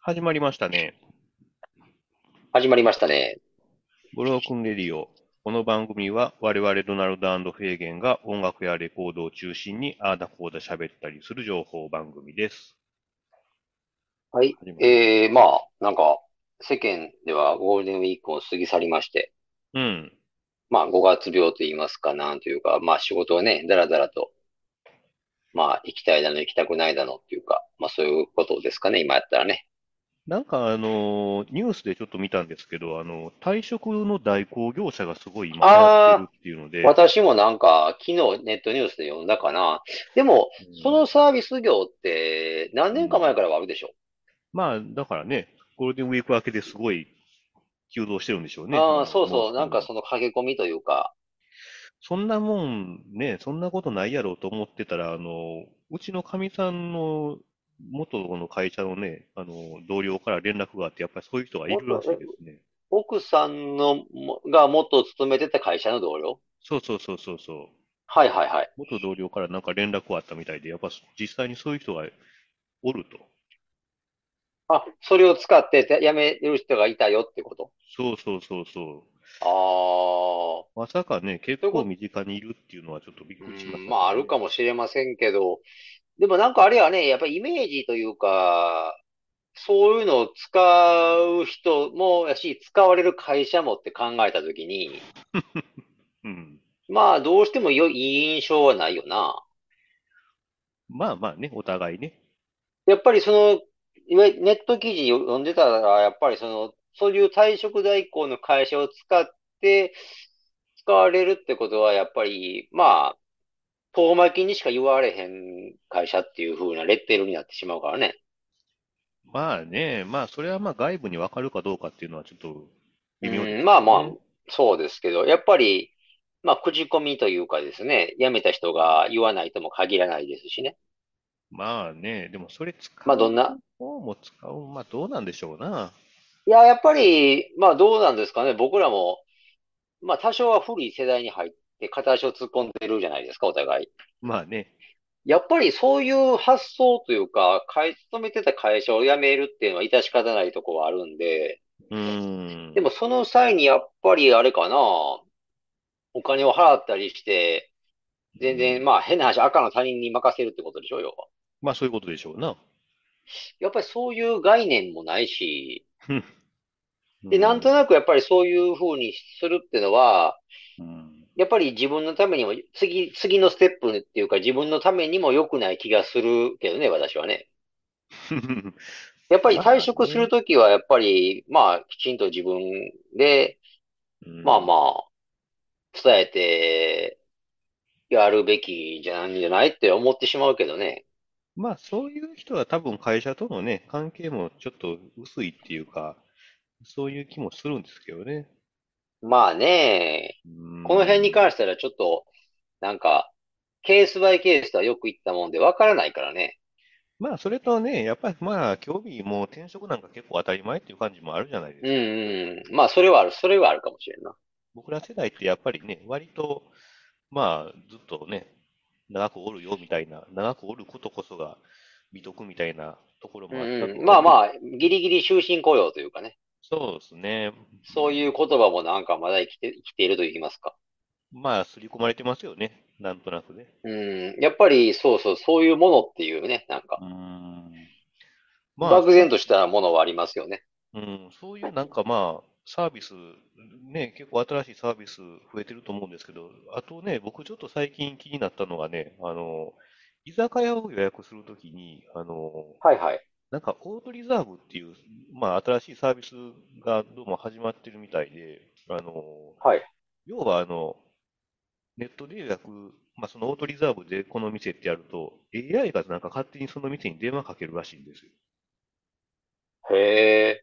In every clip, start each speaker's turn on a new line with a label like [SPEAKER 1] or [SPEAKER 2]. [SPEAKER 1] 始まりましたね。
[SPEAKER 2] 始まりましたね。
[SPEAKER 1] ブロークンレディオ。この番組は我々ドナルドフェーゲンが音楽やレコードを中心にあーだこーだ喋ったりする情報番組です。
[SPEAKER 2] はい。
[SPEAKER 1] 始まり
[SPEAKER 2] えー、まあ、なんか、世間ではゴールデンウィークを過ぎ去りまして、
[SPEAKER 1] うん。
[SPEAKER 2] まあ、5月病と言いますか、なんというか、まあ、仕事をね、だらだらと、まあ、行きたいだの、行きたくないだのっていうか、まあ、そういうことですかね、今やったらね。
[SPEAKER 1] なんかあのー、ニュースでちょっと見たんですけど、あの、退職の代行業者がすごい今
[SPEAKER 2] あー
[SPEAKER 1] 流行ってるっていうので、
[SPEAKER 2] 私もなんか、昨日ネットニュースで読んだかな。でも、
[SPEAKER 1] うん
[SPEAKER 2] そのサービス業って、何年か前からはあるでしょ。
[SPEAKER 1] まあ、だからね、ゴールデンウィーク明けですごい急増してるんでしょうね。
[SPEAKER 2] ああ、そうそう、なんか
[SPEAKER 1] そ
[SPEAKER 2] その駆け込みというか、
[SPEAKER 1] そんなもんね、そんなことないやろうと思ってたら、あの、うちのかみさんの元の会社のね、あの、同僚から連絡があって、やっぱりそういう人がいるらしいですね。
[SPEAKER 2] 奥さんのも、が元勤めてた会社の同僚
[SPEAKER 1] そうそうそうそうそう。
[SPEAKER 2] はいはいはい。
[SPEAKER 1] 元同僚からなんか連絡があったみたいで、やっぱ実際にそういう人がおると。
[SPEAKER 2] あ、それを使ってて辞める人がいたよってこと
[SPEAKER 1] そうそうそうそ
[SPEAKER 2] あ
[SPEAKER 1] う。まさかね、結
[SPEAKER 2] そういうこ
[SPEAKER 1] 構
[SPEAKER 2] と
[SPEAKER 1] 身近にいるっていうのはちょっとびっ
[SPEAKER 2] あ、
[SPEAKER 1] くりしました
[SPEAKER 2] う
[SPEAKER 1] け
[SPEAKER 2] ん
[SPEAKER 1] ど
[SPEAKER 2] まああるか
[SPEAKER 1] ね。
[SPEAKER 2] もしれませんけど、でもなんかあれはね、やっぱりイメージというか、そういうのを使う人もやし、使われる会社もって考えたときに、
[SPEAKER 1] うん。
[SPEAKER 2] まあどうしても良い印象はないよな。
[SPEAKER 1] まあまあね、お互いね。
[SPEAKER 2] やっぱりその、いわゆるネット記事読んでたら、やっぱりその、そういう退職代行の会社を使って、使われるってことは、やっぱり、まあ、遠巻きにしか言われへん会社っていう風なレッテルになってしまうからね。
[SPEAKER 1] まあね、まあそれはまあ外部にわかるかどうかっていうのはちょっと微妙です
[SPEAKER 2] うん、まあまあ
[SPEAKER 1] ね。、
[SPEAKER 2] そうですけど、やっぱり、まあ、口コミというかですね、辞めた人が言わないとも限らないですしね。
[SPEAKER 1] まあね、でもそれ使う
[SPEAKER 2] まあ、どんな、
[SPEAKER 1] 方も使う、まあどうなんでしょうな。
[SPEAKER 2] いや、やっぱり、まあどうなんですかね。僕らも、まあ多少は古い世代に入って片足を突っ込んでるじゃないですか、お互い。
[SPEAKER 1] まあね、
[SPEAKER 2] やっぱりそういう発想というか、会、勤めてた会社を辞めるっていうのは致し方ないとこはあるんで、
[SPEAKER 1] うーん、
[SPEAKER 2] でもその際にやっぱりあれかな、お金を払ったりして、全
[SPEAKER 1] う
[SPEAKER 2] 然、
[SPEAKER 1] ん
[SPEAKER 2] まあ変な話、赤の他人に任せるってことでしょ、要は。
[SPEAKER 1] まあそういうことでしょうな。
[SPEAKER 2] やっぱりそういう概念もないし、で、
[SPEAKER 1] うん
[SPEAKER 2] なんとなくやっぱりそういう風にするってのは、
[SPEAKER 1] うん
[SPEAKER 2] やっぱり自分のためにも、次、次のステップっていうか自分のためにも良くない気がするけどね、私はね。 やっぱり退職するときは、やっぱり、まあ、きちんと自分で、まあまあ、伝えて、やるべきじゃないんじゃないって思ってしまうけどね。
[SPEAKER 1] まあそういう人は多分会社とのね、関係もちょっと薄いっていうか、そういう気もするんですけどね。
[SPEAKER 2] まあね、
[SPEAKER 1] うん
[SPEAKER 2] この辺に関してはちょっと、なんか、ケースバイケースとはよく言ったもんで、わからないからね。
[SPEAKER 1] まあそれとね、やっぱりまあ興味も転職なんか結構当たり前っていう感じもあるじゃないですか
[SPEAKER 2] うんうん。まあ、それはある、それはあるかもしれんな。
[SPEAKER 1] 僕ら世代ってやっぱりね、割と、まあ、ずっとね、長くおるよみたいな、長くおることこそが美徳みたいなところ
[SPEAKER 2] う
[SPEAKER 1] もあった
[SPEAKER 2] んうん。まあ
[SPEAKER 1] あ。
[SPEAKER 2] まあ、ギリギリ終身雇用というかね。
[SPEAKER 1] そうですね。
[SPEAKER 2] そういう言葉もなんかまだ生きて、生きていると言いますか。
[SPEAKER 1] まあ、刷り込まれてますよね。なんとなくね。
[SPEAKER 2] うん。やっぱり、そうそう、そういうものっていうね、なんか、
[SPEAKER 1] うーん。まあ、
[SPEAKER 2] 漠然としたものはありますよね。
[SPEAKER 1] うん、そういうなんかまあ、サービス、ね、結構新しいサービス増えてると思うんですけど、あとね、僕ちょっと最近気になったのがね、あの、居酒屋を予約するときに、あの、
[SPEAKER 2] はいはい。
[SPEAKER 1] なんか、オートリザーブっていう、まあ、新しいサービスがどうも始まってるみたいで、あの、
[SPEAKER 2] はい。
[SPEAKER 1] 要は、あの、ネットで予約、まあ、そのオートリザーブでこの店ってやると、AI がなんか勝手にその店に電話かけるらしいんですよ。
[SPEAKER 2] へえ。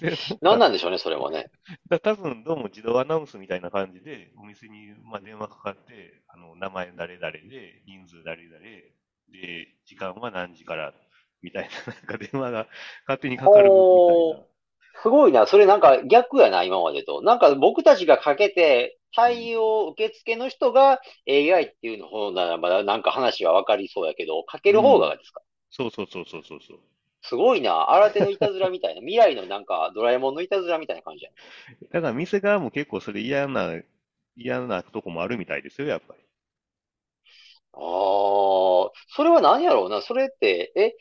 [SPEAKER 1] で、
[SPEAKER 2] なんなんでしょうね、それはね。
[SPEAKER 1] だ多分どうも自動アナウンスみたいな感じで、お店にまあ電話かかって、あの名前誰々で、人数誰々で、時間は何時からみたいな、なんか電話が勝手にかかるみ
[SPEAKER 2] おー
[SPEAKER 1] たいな。
[SPEAKER 2] すごいな。それなんか逆やな、今までと。なんか僕たちがかけて、対応受付の人が AI っていうの方ならまだなんか話はわかりそうやけど、かける方がですか。
[SPEAKER 1] そうそうそうそうそうそう。
[SPEAKER 2] すごいな。新手のいたずらみたいな。未来のなんか、ドラえもんのいたずらみたいな感じや
[SPEAKER 1] だから店側も結構それ嫌な、嫌なとこもあるみたいですよ、やっぱり。
[SPEAKER 2] ああ、それは何やろうな。それって、え、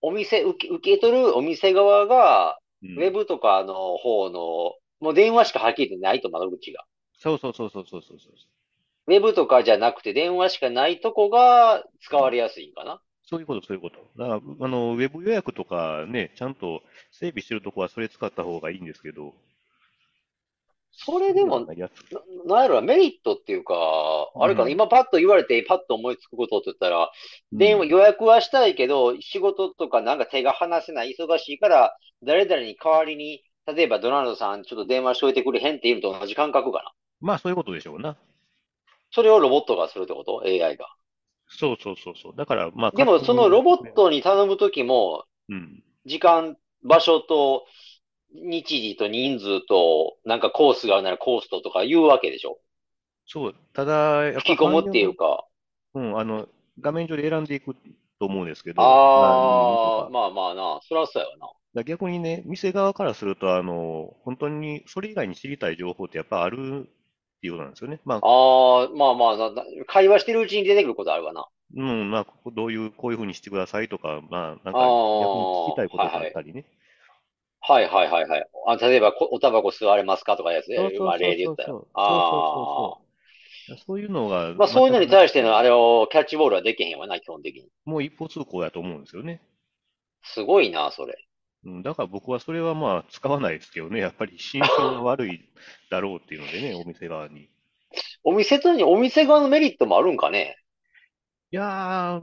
[SPEAKER 2] お店、受け、受け取るお店側が、
[SPEAKER 1] うん
[SPEAKER 2] ウェブとかの方の、もう電話しかはっきり言ってないと窓口が。
[SPEAKER 1] そうそうそうそうそうそうそう。
[SPEAKER 2] ウェブとかじゃなくて電話しかないとこが使われやすいんかな。
[SPEAKER 1] そういうこと、そういうこと。だから、あの、ウェブ予約とかね、ちゃんと整備してるとこはそれ使った方がいいんですけど、
[SPEAKER 2] それでも、
[SPEAKER 1] やりやすく
[SPEAKER 2] な、なんやろな、メリットっていうか、あれか
[SPEAKER 1] う
[SPEAKER 2] な、
[SPEAKER 1] ん
[SPEAKER 2] 今パッと言われてパッと思いつくことって言ったら、
[SPEAKER 1] うん
[SPEAKER 2] 電話予約はしたいけど、仕事とかなんか手が離せない、忙しいから、誰々に代わりに、例えばドナルドさん、ちょっと電話しといてくれへんっていうのと同じ感覚かな。
[SPEAKER 1] まあ、そういうことでしょうな。
[SPEAKER 2] それをロボットがするってこと ?AI が。
[SPEAKER 1] そうそうそうそう。だから、まあ、
[SPEAKER 2] でも、そのロボットに頼むときも、
[SPEAKER 1] うん。
[SPEAKER 2] 時間、場所と、日時と人数と、なんかコースがあるならコースととか言うわけでしょ。
[SPEAKER 1] そう。ただ、やっぱ
[SPEAKER 2] 吹き込むっていうか。
[SPEAKER 1] うん、あの、画面上で選んでいくと思うんですけど、
[SPEAKER 2] ああ、
[SPEAKER 1] 何人とか
[SPEAKER 2] まあまあな、そらそうやわな。
[SPEAKER 1] だから逆にね、店側からすると、あの、本当にそれ以外に知りたい情報ってやっぱあるっていうことなんですよね。まあ、
[SPEAKER 2] ああ、まあまあなな、会話してるうちに出てくることあるわな。
[SPEAKER 1] うん、まあ、ここどういう、こういうふうにしてくださいとか、まあ、なんか、逆に
[SPEAKER 2] あー
[SPEAKER 1] 聞きたいことがあったりね。
[SPEAKER 2] はいはいはいはい。あ、例えばこ、おタバコ吸われますかとかやつね。
[SPEAKER 1] そう
[SPEAKER 2] まあ
[SPEAKER 1] そうそうそう
[SPEAKER 2] 例で言ったら。
[SPEAKER 1] そう
[SPEAKER 2] あ
[SPEAKER 1] そうそうそ
[SPEAKER 2] あ。
[SPEAKER 1] うそう。そういうのが、
[SPEAKER 2] まあそういうのに対してのあ
[SPEAKER 1] れ
[SPEAKER 2] れをキャッチボールはできへんわな、基本的に。
[SPEAKER 1] もう一歩通行だと思うんですよね。
[SPEAKER 2] すごいな、それ。
[SPEAKER 1] うん、だから僕はそれはまあ使わないですけどね、やっぱり心象が悪いだろうっていうので ね、お店側に。い
[SPEAKER 2] お店とに、お店側のメリットもあるんかね。
[SPEAKER 1] やー、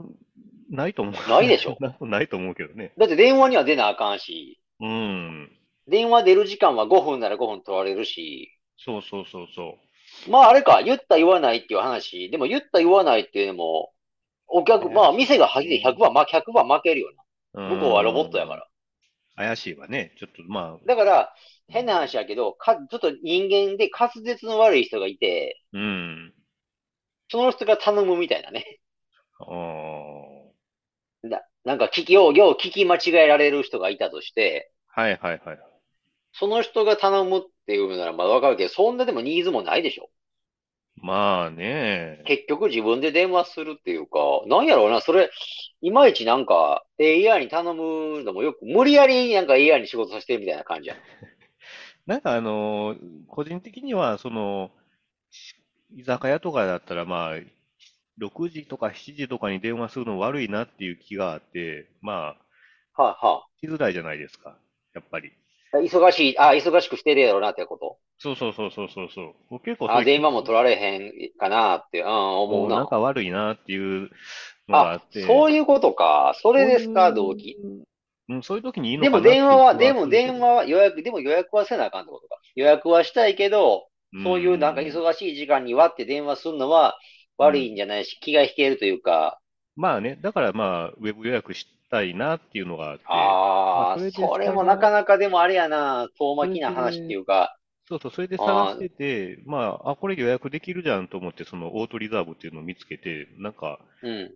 [SPEAKER 1] ないと思う。
[SPEAKER 2] ないでしょ
[SPEAKER 1] な ないと思うけどね。
[SPEAKER 2] だって電話には出なあかんし。
[SPEAKER 1] うん。
[SPEAKER 2] 電話出る時間は5分なら5分取られるし、
[SPEAKER 1] そうそうそうそ
[SPEAKER 2] まああれか、言った言わないっていう話、でも言った言わないっていうのも、お客、
[SPEAKER 1] ね
[SPEAKER 2] まあ店が恥で100は、まあ100は負けるよ
[SPEAKER 1] う。
[SPEAKER 2] な。向こうはロボットやか。ら。
[SPEAKER 1] 怪しいわね。ちょっとまあ、
[SPEAKER 2] だから、変な話やけど、か、ちょっと人間で滑舌の悪い人がいて、
[SPEAKER 1] うん。
[SPEAKER 2] その人が頼むみたいなね。
[SPEAKER 1] あー
[SPEAKER 2] な、なんか聞き、よう、よう聞き間違えられる人がいたとして、
[SPEAKER 1] はいはいはい。
[SPEAKER 2] その人が頼むっていうならまだわかるけど、そんなでもニーズもないでしょ。
[SPEAKER 1] まあね。
[SPEAKER 2] 結局自分で電話するっていうか、なんやろうな、それ、いまいちなんか、AI に頼むのもよく、無理やりなんか AI に仕事させてるみたいな感じやん。
[SPEAKER 1] なんかあのー個人的には、その、し居酒屋とかだったら、まあ、6時とか7時とかに電話するの悪いなっていう気があって、まあ、
[SPEAKER 2] はいは
[SPEAKER 1] しづらいじゃないですか、やっぱり。
[SPEAKER 2] い。忙しい、あ、忙しくしてるやろうなってこと。
[SPEAKER 1] そうそうそうそうそうそう。もう結構そ
[SPEAKER 2] あ、
[SPEAKER 1] れ、
[SPEAKER 2] 電話も取られへんかなって、うん、思
[SPEAKER 1] も
[SPEAKER 2] う
[SPEAKER 1] うなん
[SPEAKER 2] な。
[SPEAKER 1] か悪いなっていうのがあ
[SPEAKER 2] あ
[SPEAKER 1] っ、て、
[SPEAKER 2] そう
[SPEAKER 1] う
[SPEAKER 2] いうことか。それですか、
[SPEAKER 1] そう
[SPEAKER 2] 動
[SPEAKER 1] いう
[SPEAKER 2] 機。
[SPEAKER 1] うん、そういう時にいいの
[SPEAKER 2] で
[SPEAKER 1] かなっ
[SPEAKER 2] も
[SPEAKER 1] ていう
[SPEAKER 2] 電話は、
[SPEAKER 1] 気
[SPEAKER 2] で
[SPEAKER 1] は
[SPEAKER 2] も
[SPEAKER 1] するけ
[SPEAKER 2] 電話は予約、でも予約はせなあかんってことか。予約はしたいけど、
[SPEAKER 1] ど、
[SPEAKER 2] そういうなんか
[SPEAKER 1] うん
[SPEAKER 2] 忙しい時間に割って電話するのは悪いんじゃないし、気が引けるというか、
[SPEAKER 1] まあね、だからまあ、ウェブ予約したいなっていうのがあって、
[SPEAKER 2] ああ、
[SPEAKER 1] まあそれで
[SPEAKER 2] それもなかなかでもあれやな、遠巻きな
[SPEAKER 1] それ
[SPEAKER 2] 話
[SPEAKER 1] で
[SPEAKER 2] っていうか、
[SPEAKER 1] そうそう、それで探してて、まあ、あ、これ予約できるじゃんと思って、そのオートリザーブっていうのを見つけて、なんか、
[SPEAKER 2] うん。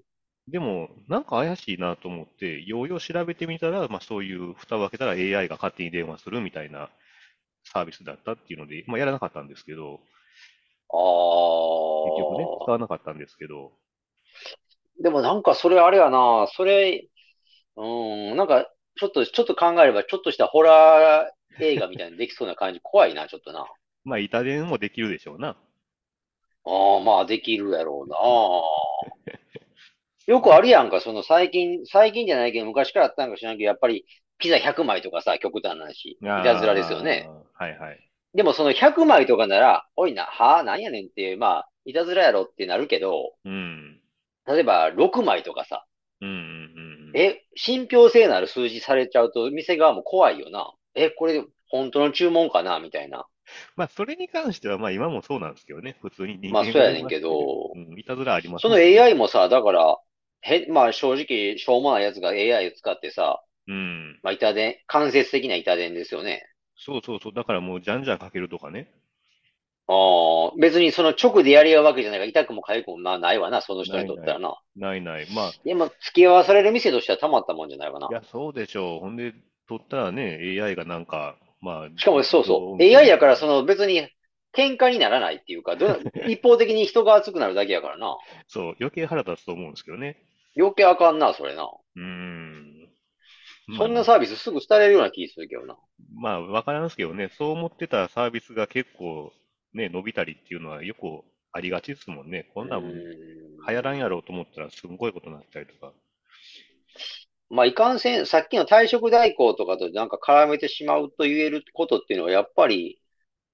[SPEAKER 1] でも、なんか怪しいなと思って、ようよう調べてみたら、まあそういう、蓋を開けたら AI が勝手に電話するみたいなサービスだったっていうので、まあやらなかったんですけど、
[SPEAKER 2] あ
[SPEAKER 1] 結局ね、使
[SPEAKER 2] あ。
[SPEAKER 1] わなかったんですけど、
[SPEAKER 2] でもなんかそれあれやな、それ、うん、なんかちょっと、ちょっと考えれば、ちょっとしたホラー映画みたいにできそうな感じ、怖いな、ちょっとな。あ
[SPEAKER 1] まあ板伝もできるでしょうな。
[SPEAKER 2] あ、まあできるやろうな。 よくあるやんか、その最近、最近じゃないけど、昔からあったんか知らんけど、やっぱりピザ100枚とかさ、極端な話、いたずらですよね。
[SPEAKER 1] あー。はいはい。
[SPEAKER 2] でもその100枚とかなら、おいな、はあ、なんやねんっていう、まあ、いたずらやろってなるけど、
[SPEAKER 1] うん。
[SPEAKER 2] 例えば6枚とかさ、
[SPEAKER 1] うんうんうん。
[SPEAKER 2] え、信憑性のある数字されちゃうと、店側も怖いよな。え、これ、本当の注文かなみたいな。
[SPEAKER 1] まあそれに関しては、まあ今もそうなんですけどね、普通に人
[SPEAKER 2] まあ、
[SPEAKER 1] 間
[SPEAKER 2] そうや
[SPEAKER 1] が
[SPEAKER 2] ね
[SPEAKER 1] い
[SPEAKER 2] ん
[SPEAKER 1] ま
[SPEAKER 2] け
[SPEAKER 1] す
[SPEAKER 2] ど、
[SPEAKER 1] うん、いたずらあります
[SPEAKER 2] その
[SPEAKER 1] ね
[SPEAKER 2] AI もさ、だから、へ、まあ、正直、しょうもないやつが AI を使ってさ、
[SPEAKER 1] うん。
[SPEAKER 2] まあ、板伝、間接的な板伝ですよね。
[SPEAKER 1] そうそうそう。だからもう、じゃんじゃんかけるとかね。
[SPEAKER 2] ああ、別にその直でやり合うわけじゃないから、痛くも痒くもまあないわな、その人にとったらな。
[SPEAKER 1] ないない。まあ、。
[SPEAKER 2] でも、付き合わされる店としてはたまったもんじゃないかない
[SPEAKER 1] や、そうでしょう。ほんで、取ったらね、AI がなんか、まあ、
[SPEAKER 2] しかも、そうそう。AI やから、その別に喧嘩にならないっていうか、ど一方的に人が熱くなるだけやからな。
[SPEAKER 1] そう、余計腹立つと思うんですけどね。
[SPEAKER 2] 余計あかんな、それな。
[SPEAKER 1] うーん。まあ
[SPEAKER 2] そんなサービスすぐ廃れるような気するけどな。
[SPEAKER 1] まあ、わからんすけどね、そう思ってたサービスが結構、ね、伸びたりっていうのはよくありがちですもんね。こんなん
[SPEAKER 2] う
[SPEAKER 1] 流
[SPEAKER 2] ん
[SPEAKER 1] 行らんやろうと思ったらすんごいことになったりとか。
[SPEAKER 2] まあ、いかんせん、さっきの退職代行とかとなんか絡めてしまうと言えることっていうのは、やっぱり、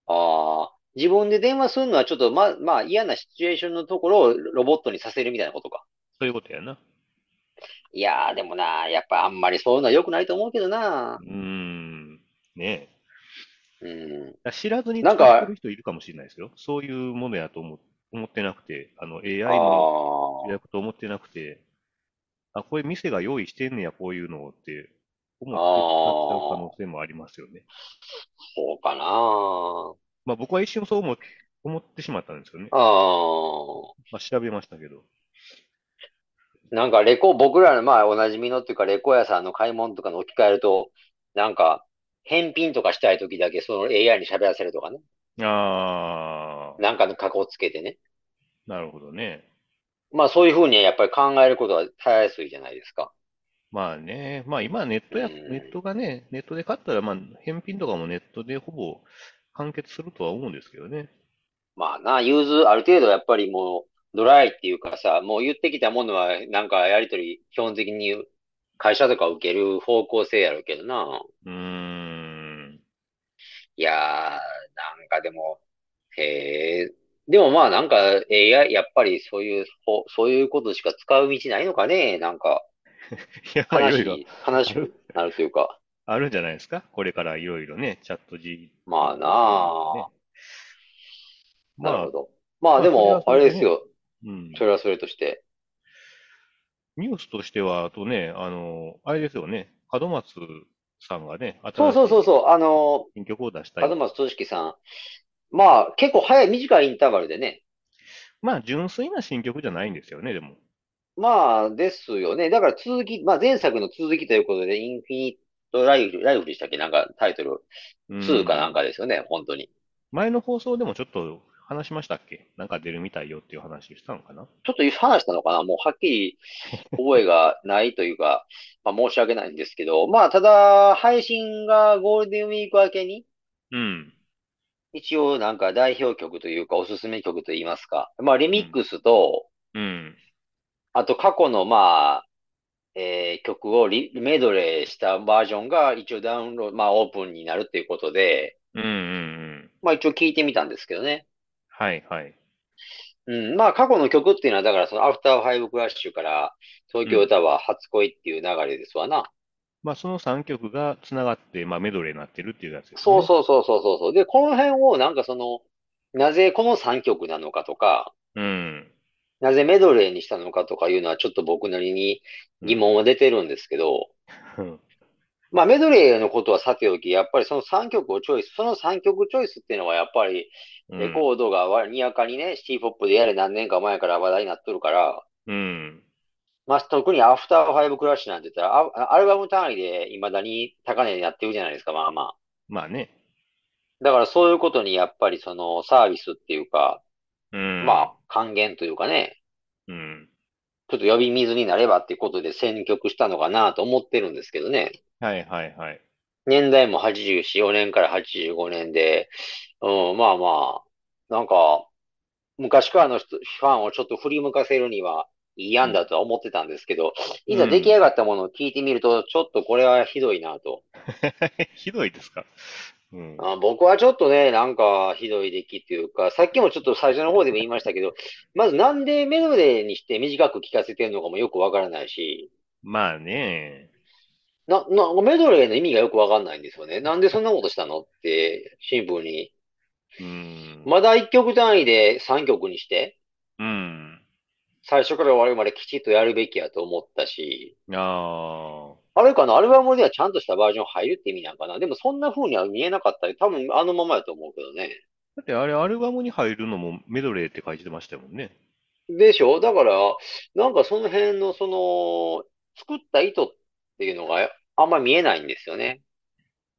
[SPEAKER 2] ああ、自分で電話するのはちょっと、ま、まあ、嫌なシチュエーションのところをロボットにさせるみたいなことか。
[SPEAKER 1] そういうことやな。
[SPEAKER 2] いやー、でもな、やっぱあんまりそういうのは良くないと思うけどな
[SPEAKER 1] う。ーん。ねえ。
[SPEAKER 2] うん。
[SPEAKER 1] だから知らずに
[SPEAKER 2] なん
[SPEAKER 1] 使っ
[SPEAKER 2] か
[SPEAKER 1] てる人いるかもしれないですよ。そういうものやと思思ってなくて、あの AI の
[SPEAKER 2] あ
[SPEAKER 1] 予約と思ってなくて、あ、これ店が用意してんねや、こういうのをって思って使っちゃう可能性もありますよね。
[SPEAKER 2] あ、そうかな。
[SPEAKER 1] まあ僕は一瞬そう思思ってしまったんですよね。
[SPEAKER 2] ああ、
[SPEAKER 1] まあ調べましたけど。
[SPEAKER 2] なんかレコ、僕らの、まあ、おなじみのっていうか、レコ屋さんの買い物とかの置き換えると、なんか、返品とかしたい時だけ、その AI に喋らせるとかね。
[SPEAKER 1] ああ、
[SPEAKER 2] なんかの過去をつけてね。
[SPEAKER 1] なるほどね。
[SPEAKER 2] まあ、そういうふうにはやっぱり考えることはたやすいじゃないですか。
[SPEAKER 1] まあね、まあ今ネットや、
[SPEAKER 2] うん
[SPEAKER 1] ネットがね、ネットで買ったら、まあ返品とかもネットでほぼ完結するとは思うんですけどね。
[SPEAKER 2] まあな、融通、ある程度やっぱりもう、ドライっていうかさ、もう言ってきたものは、なんかやりとり、基本的に会社とか受ける方向性やるけどな。
[SPEAKER 1] うーん。
[SPEAKER 2] いやー、なんかでも、へえ、でもまあなんか AI、やっぱりそういう、ほそういうことしか使う道ないのかね、なんか、
[SPEAKER 1] いや、まあいろいろ
[SPEAKER 2] 話、悲しくなるというか、
[SPEAKER 1] あるんじゃないですかこれからいろいろね、チャット G。
[SPEAKER 2] まあな あ、
[SPEAKER 1] ま
[SPEAKER 2] なる
[SPEAKER 1] あ
[SPEAKER 2] ほ、ど。まあでも、あれですよ、
[SPEAKER 1] うん。
[SPEAKER 2] それはそれとして。
[SPEAKER 1] ニュースとしては、あとね、あの、あれですよね、門松さんがね、
[SPEAKER 2] そうそうそう
[SPEAKER 1] う。
[SPEAKER 2] そう、あの、
[SPEAKER 1] 新曲を出したい。
[SPEAKER 2] 東俊樹さん、まあ結構早い、短いインターバルでね、
[SPEAKER 1] まあ、純粋な新曲じゃないんですよね、でも。
[SPEAKER 2] まあ、ですよね。だから続き、まあ前作の続きということで、インフィニットライフ、ライフでしたっけなんかタイトル、
[SPEAKER 1] うん
[SPEAKER 2] 2かなんかですよね、本当に。
[SPEAKER 1] 前の放送でもちょっと話しましたっけなんか出るみたいよっていう話したのかな
[SPEAKER 2] ちょっと話したのかなもうはっきり覚えがないというか、 まあ申し訳ないんですけど、まあただ、配信がゴールデンウィーク明けに、
[SPEAKER 1] うん。
[SPEAKER 2] 一応なんか代表曲というかおすすめ曲といいますか、まあリミックスと、
[SPEAKER 1] うん。
[SPEAKER 2] あと過去のまあ、えー曲をリ、メドレーしたバージョンが一応ダウンロード、まあオープンになるっていうことで、
[SPEAKER 1] うんうんうん。
[SPEAKER 2] まあ一応聞いてみたんですけどね。
[SPEAKER 1] はいはい。
[SPEAKER 2] うん。まあ過去の曲っていうのは、だからそのアフターファイブクラッシュから東京タワー初恋っていう流れですわな。
[SPEAKER 1] まあ、その3曲がつながって、まあ、メドレーになってるっていうやつですね。
[SPEAKER 2] そうそうそうそうそうそう。で、この辺をなんかその、なぜこの3曲なのかとか、
[SPEAKER 1] う。うん。
[SPEAKER 2] なぜメドレーにしたのかとかいうのはちょっと僕なりに疑問は出てるんですけど、まあメドレーのことはさておき、やっぱりその3曲をチョイス、その3曲チョイスっていうのはやっぱり
[SPEAKER 1] うん
[SPEAKER 2] レコードがわにやかにね、シティポップでやれ何年か前から話題になっとるから、
[SPEAKER 1] うん。
[SPEAKER 2] まあ、特にアフターファイブクラッシュなんて言ったら、ア、アルバム単位で未だに高値になってるじゃないですか、まあまあ。
[SPEAKER 1] まあね。
[SPEAKER 2] だからそういうことにやっぱりそのサービスっていうか、
[SPEAKER 1] うん。
[SPEAKER 2] まあ還元というかね、
[SPEAKER 1] うん。
[SPEAKER 2] ちょっと呼び水になればっていうことで選曲したのかなと思ってるんですけどね。
[SPEAKER 1] はいはいはい。
[SPEAKER 2] 年代も84、4年から85年で、うん、まあまあ、なんか、昔からの人ファンをちょっと振り向かせるには、いい案だとは思ってたんですけど、いざ
[SPEAKER 1] うん
[SPEAKER 2] 出来上がったものを聞いてみると、ちょっとこれはひどいなと。
[SPEAKER 1] ひどいですか。うん。
[SPEAKER 2] あ、僕はちょっとね、なんかひどい出来っていうか、さっきもちょっと最初の方でも言いましたけど、まずなんでメドレーにして短く聞かせてるのかもよくわからないし、
[SPEAKER 1] まあね。
[SPEAKER 2] な、な、メドレーの意味がよくわかんないんですよね。なんでそんなことしたのって、シンプルに。
[SPEAKER 1] うん。
[SPEAKER 2] まだ1曲単位で3曲にして、
[SPEAKER 1] うん。
[SPEAKER 2] 最初から終わりまできちっとやるべきやと思ったし、
[SPEAKER 1] ああ。
[SPEAKER 2] あれかな、アルバムではちゃんとしたバージョン入るって意味なんかな。でもそんな風には見えなかったり、多分あのままやと思うけどね。
[SPEAKER 1] だってあれ、アルバムに入るのもメドレーって書いてましたもんね。
[SPEAKER 2] でしょだから、なんかその辺の、その、作った意図っていうのがあんま見えないんですよね。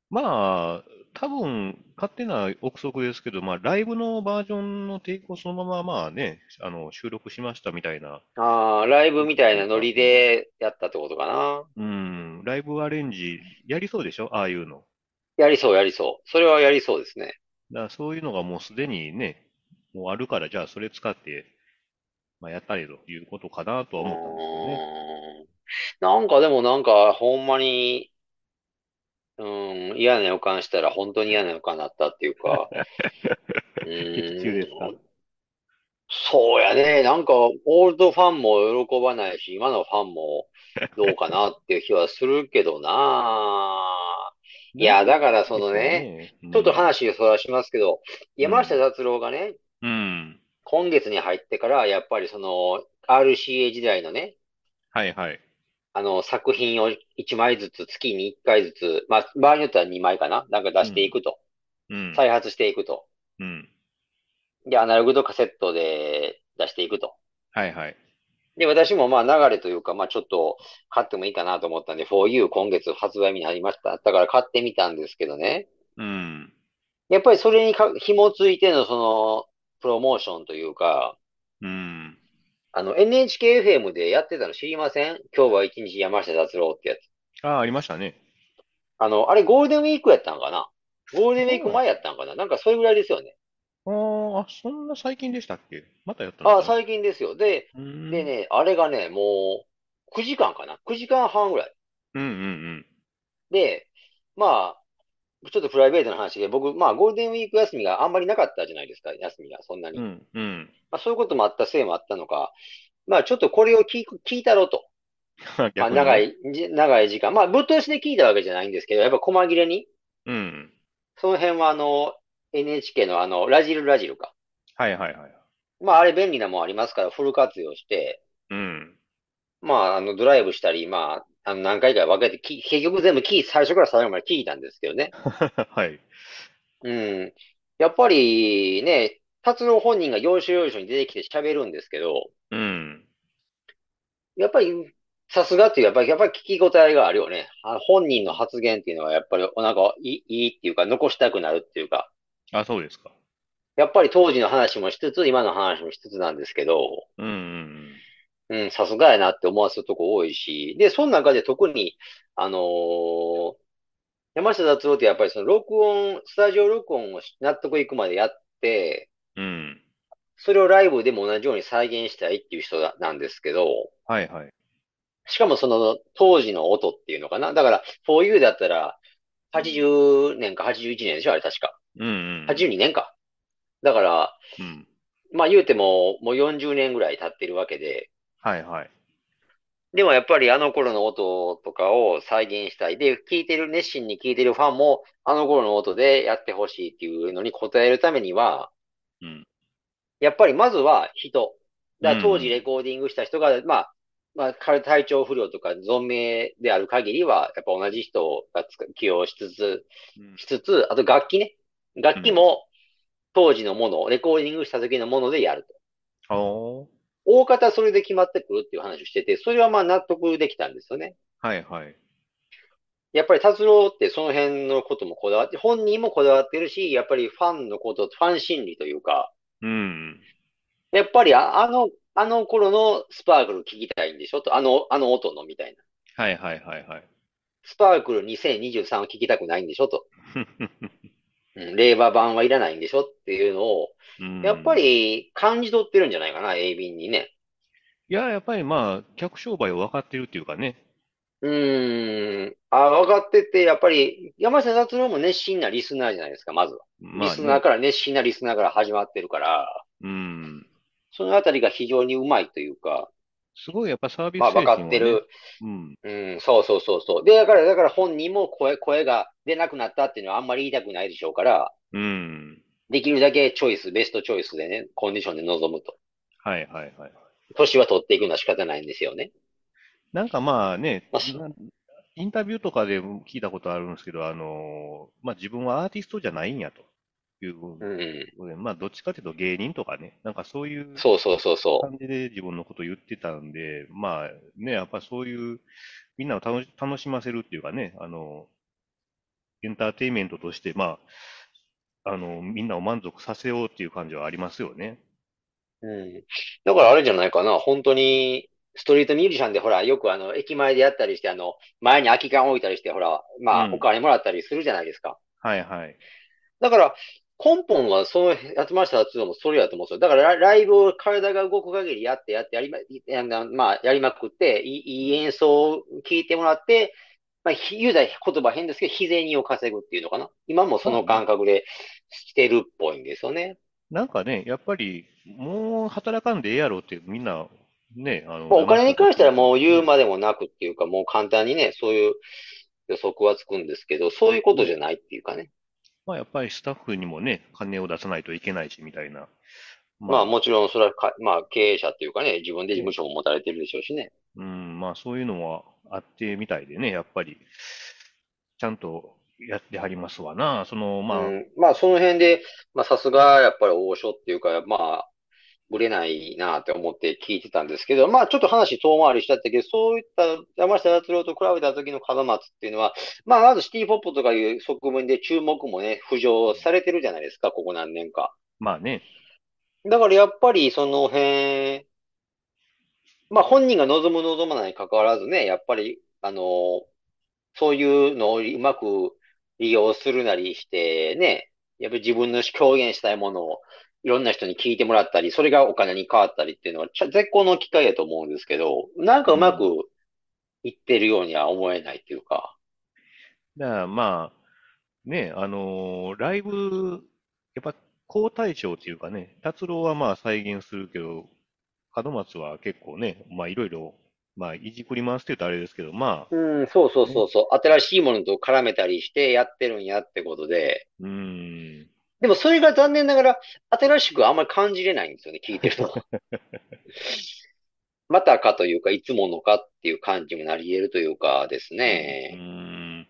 [SPEAKER 1] まあ、多分勝手な憶測ですけど、まあ、ライブのバージョンのテイクをそのまま、まあね、あの収録しましたみたいな、
[SPEAKER 2] ああ、ライブみたいなノリでやったってことかな。
[SPEAKER 1] うん、ライブアレンジやりそうでしょ、ああいうの。
[SPEAKER 2] やりそう、やりそう。それはやりそうですね。
[SPEAKER 1] だからそういうのがもうすでにね、もうあるから、じゃあそれ使って、まあ、やったりということかなとは
[SPEAKER 2] う
[SPEAKER 1] 思
[SPEAKER 2] ー
[SPEAKER 1] ったんですけどね。
[SPEAKER 2] ん。なんかでもなんか、ほんまに、うん、嫌な予感したら本当に嫌な予感だったっていう か、う
[SPEAKER 1] 的中ですか
[SPEAKER 2] ーん。そうやね。なんか、オールドファンも喜ばないし、今のファンもどうかなっていう気はするけ どな。いや、だからそのね、
[SPEAKER 1] うん、
[SPEAKER 2] ちょっと話をそらしますけど、
[SPEAKER 1] うん
[SPEAKER 2] 山下達郎がね、
[SPEAKER 1] うん。
[SPEAKER 2] 今月に入ってから、やっぱりその、RCA 時代のね、
[SPEAKER 1] はいはい。
[SPEAKER 2] あの、作品を1枚ずつ、月に1回ずつ、まあ、場合によっては2枚かな、なんか出していくと。
[SPEAKER 1] うん。
[SPEAKER 2] 再発していくと。
[SPEAKER 1] うん。
[SPEAKER 2] で、アナログとカセットで出していくと。
[SPEAKER 1] はいはい。
[SPEAKER 2] で、私もまあ流れというか、まあちょっと買ってもいいかなと思ったんで、For You 今月発売日になりました。だから買ってみたんですけどね。
[SPEAKER 1] うん。
[SPEAKER 2] やっぱりそれにか紐ついてのその、プロモーションというか、
[SPEAKER 1] うん。
[SPEAKER 2] あの、NHKFM でやってたの知りません今日は一日山下達郎ってやつ。
[SPEAKER 1] ああ、ありましたね。
[SPEAKER 2] あの、あれゴールデンウィークやったんかなゴールデンウィーク前やったんかななんかそれぐらいですよね。
[SPEAKER 1] あーあ、そんな最近でしたっけまたやったの
[SPEAKER 2] ああ、
[SPEAKER 1] かな
[SPEAKER 2] 最近ですよ。で、
[SPEAKER 1] うん
[SPEAKER 2] でね、あれがね、もう9時間かな ?9 時間半ぐらい。
[SPEAKER 1] うんうん
[SPEAKER 2] で、まあ、ちょっとプライベートの話で、僕、まあ、ゴールデンウィーク休みがあんまりなかったじゃないですか、休みが、そんな
[SPEAKER 1] う
[SPEAKER 2] に。
[SPEAKER 1] ん。う
[SPEAKER 2] ま
[SPEAKER 1] んうん。
[SPEAKER 2] あ、そういうこともあったせいもあったのか、まあ、ちょっとこれを聞く、聞いたろと。まあ、
[SPEAKER 1] 逆にね
[SPEAKER 2] 長。い、じ長い時間。まあ、ぶっ通しで聞いたわけじゃないんですけど、やっぱ細切れに、
[SPEAKER 1] うん。
[SPEAKER 2] その辺は、あの、NHK のあの、ラジルラジルか。
[SPEAKER 1] はいはいはい。
[SPEAKER 2] まあ、あれ便利なもんありますから、フル活用して、
[SPEAKER 1] うん。
[SPEAKER 2] まあ、あの、ドライブしたり、まあ、あの、何回か分けて聞い、結局全部聞い、最初から最後まで聞いたんですけどね。
[SPEAKER 1] はい。
[SPEAKER 2] うん。やっぱりね、達郎本人が要所要所に出てきて喋るんですけど、
[SPEAKER 1] うん。
[SPEAKER 2] やっぱりさすがっていう、やっぱり、やっぱり聞き応えがあるよね。あの本人の発言っていうのはやっぱりおなんかいい、いいっていうか、残したくなるっていうか、
[SPEAKER 1] あ、そうですか。
[SPEAKER 2] やっぱり当時の話もしつつ、今の話もしつつなんですけど、
[SPEAKER 1] うんうん
[SPEAKER 2] うん、さすがやなって思わせるとこ多いし、で、その中で特に、あのー山下達郎ってやっぱりその録音、スタジオ録音をし納得いくまでやって、
[SPEAKER 1] うん。うん。
[SPEAKER 2] それをライブでも同じように再現したいっていう人だなんですけど、
[SPEAKER 1] はいはい。
[SPEAKER 2] しかもその当時の音っていうのかな。だから、For You だったら、80年か81年でしょあれ確か。
[SPEAKER 1] うんうん。
[SPEAKER 2] 82年か。だから、
[SPEAKER 1] うん。
[SPEAKER 2] まあ言うても、もう40年ぐらい経ってるわけで、
[SPEAKER 1] はいはい。
[SPEAKER 2] でもやっぱりあの頃の音とかを再現したい。で、聞いてる、熱心に聞いてるファンも、あの頃の音でやってほしいっていうのに応えるためには、
[SPEAKER 1] うん。
[SPEAKER 2] やっぱりまずは人。だから当
[SPEAKER 1] う
[SPEAKER 2] 時
[SPEAKER 1] ん
[SPEAKER 2] レコーディングした人が、まあ、まあ、彼体調不良とか存命である限りは、やっぱ同じ人がつく起用しつつ、
[SPEAKER 1] うん
[SPEAKER 2] しつつ、あと楽器ね。楽器も当時のものを、レコーディングした時のものでやると。
[SPEAKER 1] あー
[SPEAKER 2] 大方それで決まってくるっていう話をしてて、それはまあ納得できたんですよね。
[SPEAKER 1] はいはい。
[SPEAKER 2] やっぱり達郎ってその辺のこともこだわって、本人もこだわってるし、やっぱりファンのこと、ファン心理というか、
[SPEAKER 1] うん。
[SPEAKER 2] やっぱりあ、あの、あの頃のスパークル聞きたいんでしょと、あの、あの音のみたいな。
[SPEAKER 1] はいはいはいはい。
[SPEAKER 2] スパークル2023を聞きたくないんでしょと。うん、令和版はいらないんでしょっていうのを、やっぱ
[SPEAKER 1] うん。
[SPEAKER 2] り感じ取ってるんじゃないかな、鋭敏にね。
[SPEAKER 1] いや、やっぱりまあ、客商売を分かってるっていうかね。
[SPEAKER 2] うーん。あ、分かってて、やっぱり山下達郎も熱心なリスナーじゃないですか、まずは。
[SPEAKER 1] まあね
[SPEAKER 2] リスナーから熱心なリスナーから始まってるから、
[SPEAKER 1] うん。
[SPEAKER 2] そのあたりが非常にうまいというか、
[SPEAKER 1] すごいやっぱサービス
[SPEAKER 2] まあ分
[SPEAKER 1] 精
[SPEAKER 2] か
[SPEAKER 1] 神
[SPEAKER 2] っ
[SPEAKER 1] を
[SPEAKER 2] て
[SPEAKER 1] ね
[SPEAKER 2] る。
[SPEAKER 1] うん。
[SPEAKER 2] うん、そうそうそうそう。で、だから、だから本人も声、声が出なくなったっていうのはあんまり言いたくないでしょうから、
[SPEAKER 1] うん。
[SPEAKER 2] できるだけチョイス、ベストチョイスでね、コンディションで臨むと。
[SPEAKER 1] はいはいはい。
[SPEAKER 2] 年は取っていくのは仕方ないんですよね。
[SPEAKER 1] なんかまあね
[SPEAKER 2] まあそ、
[SPEAKER 1] なインタビューとかでも聞いたことあるんですけど、あのーまあ自分はアーティストじゃないんやというこ
[SPEAKER 2] うんうん。
[SPEAKER 1] とで、まあ、どっちかというと芸人とかね、なんかそういう
[SPEAKER 2] そうそうそうそ
[SPEAKER 1] 感じで自分のこと言ってたんで、まあね、やっぱそういう、みんなを楽し楽しませるっていうかね、あの、エンターテインメントとして、まあ、あの、みんなを満足させようっていう感じはありますよね。
[SPEAKER 2] う。うん。だからあれじゃないかな。本当に、ストリートミュージシャンでほら、よくあの、駅前でやったりして、あの、前に空き缶置いたりして、ほら、ま
[SPEAKER 1] う
[SPEAKER 2] あ、
[SPEAKER 1] ん
[SPEAKER 2] お金もらったりするじゃないですか。
[SPEAKER 1] はいはい。
[SPEAKER 2] だから、根本はその、やってましたっていうのもそれだと思うんですよ。だからラ、ライブを体が動く限りやってやってやりま、やんなまあ、やりまくって、いい、いい演奏を聴いてもらって、まあ、ひ言うたら言葉変ですけど、日銭を稼ぐっていうのかな。今もその感覚でしてるっぽいんですよね。
[SPEAKER 1] なんかね、やっぱり、もう働かんでええやろって、みんな、ね、あの、
[SPEAKER 2] まあお金に関してはもう言うまでもなくっていうか、もう簡単にね、そういう予測はつくんですけど、そういうことじゃないっていうかね。
[SPEAKER 1] まあ、やっぱりスタッフにもね、金を出さないといけないし、みたいな。
[SPEAKER 2] まあ、もちろんそれはか、まあ、経営者っていうかね、自分で事務所も持たれてるでしょうしね。
[SPEAKER 1] うん、まあそういうのはあってみたいでね、やっぱり、ちゃんとやってはりますわな。その、まあ、
[SPEAKER 2] うん、まあ、その辺で、まあ、さすが、やっぱり王将っていうか、まあ、ぶれないなって思って聞いてたんですけど、まあ、ちょっと話遠回りしちゃったけど、そういった山下達郎と比べた時の門松っていうのは、まあ、まずシティポップとかいう側面で注目もね、浮上されてるじゃないですか、ここ何年か。
[SPEAKER 1] まあね、
[SPEAKER 2] だからやっぱりその辺、まあ本人が望む望まないに関わらずね、やっぱり、あの、そういうのをうまく利用するなりしてね、やっぱり自分の表現したいものをいろんな人に聞いてもらったり、それがお金に変わったりっていうのはちゃ絶好の機会だと思うんですけど、なんかうまくいってるようには思えないっていうか。
[SPEAKER 1] だからまあ、ね、あのーライブ、やっぱ、好対照っていうかね、達郎はまあ再現するけど、門松は結構ね、まあいろいろ、まあいじくり回すって言うとあれですけど、まあ、
[SPEAKER 2] うん、そうそうそうそう。新しいものと絡めたりしてやってるんやってことで、
[SPEAKER 1] うん、
[SPEAKER 2] でもそれが残念ながら新しくあんまり感じれないんですよね、聞いてると。 またかというか、いつものかっていう感じもなり得るというかです
[SPEAKER 1] う
[SPEAKER 2] ね。
[SPEAKER 1] ん、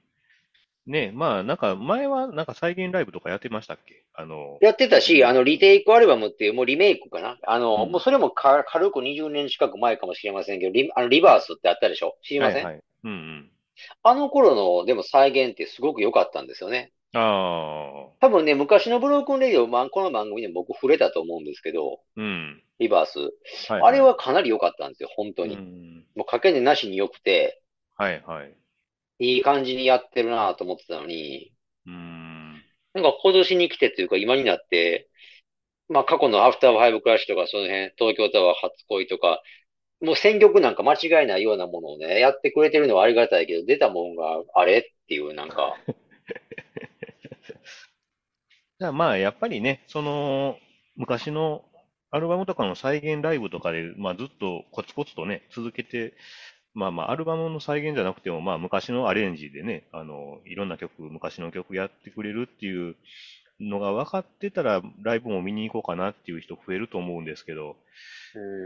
[SPEAKER 1] ね、まあなんか前はなんか再現ライブとかやってましたっけあの、
[SPEAKER 2] やってたし、あの、リテイクアルバムっていう、もうリメイクかな。あの、
[SPEAKER 1] うん
[SPEAKER 2] もうそれもか軽く20年近く前かもしれませんけど、リ、あの、リバースってあったでしょ知りません
[SPEAKER 1] はいはい。うんうん。
[SPEAKER 2] あの頃の、でも再現ってすごく良かったんですよね。
[SPEAKER 1] ああ、
[SPEAKER 2] 多分ね、昔のブロークンレディオ、まあ、この番組でも僕触れたと思うんですけど、
[SPEAKER 1] うん。
[SPEAKER 2] リバース。
[SPEAKER 1] はい
[SPEAKER 2] あれ
[SPEAKER 1] は
[SPEAKER 2] はかなり良かったんですよ、本当
[SPEAKER 1] い、う
[SPEAKER 2] に。
[SPEAKER 1] ん。
[SPEAKER 2] もう掛け値なしに良くて、
[SPEAKER 1] はいはい。
[SPEAKER 2] いい感じにやってるなと思ってたのに、
[SPEAKER 1] うん。
[SPEAKER 2] なんか今年に来てというか今になって、まあ過去のアフターファイブクラッシュとかその辺、東京タワー初恋とか、もう選曲なんか間違いないようなものをね、やってくれてるのはありがたいけど、出たもんがあれっていうなんか、
[SPEAKER 1] じゃあまあ、やっぱりね、その、昔のアルバムとかの再現ライブとかで、まあずっとコツコツとね、続けて、まあまあ、アルバムの再現じゃなくても、まあ昔のアレンジでね、あの、いろんな曲、昔の曲やってくれるっていうのが分かってたら、ライブも見に行こうかなっていう人増えると思うんですけど、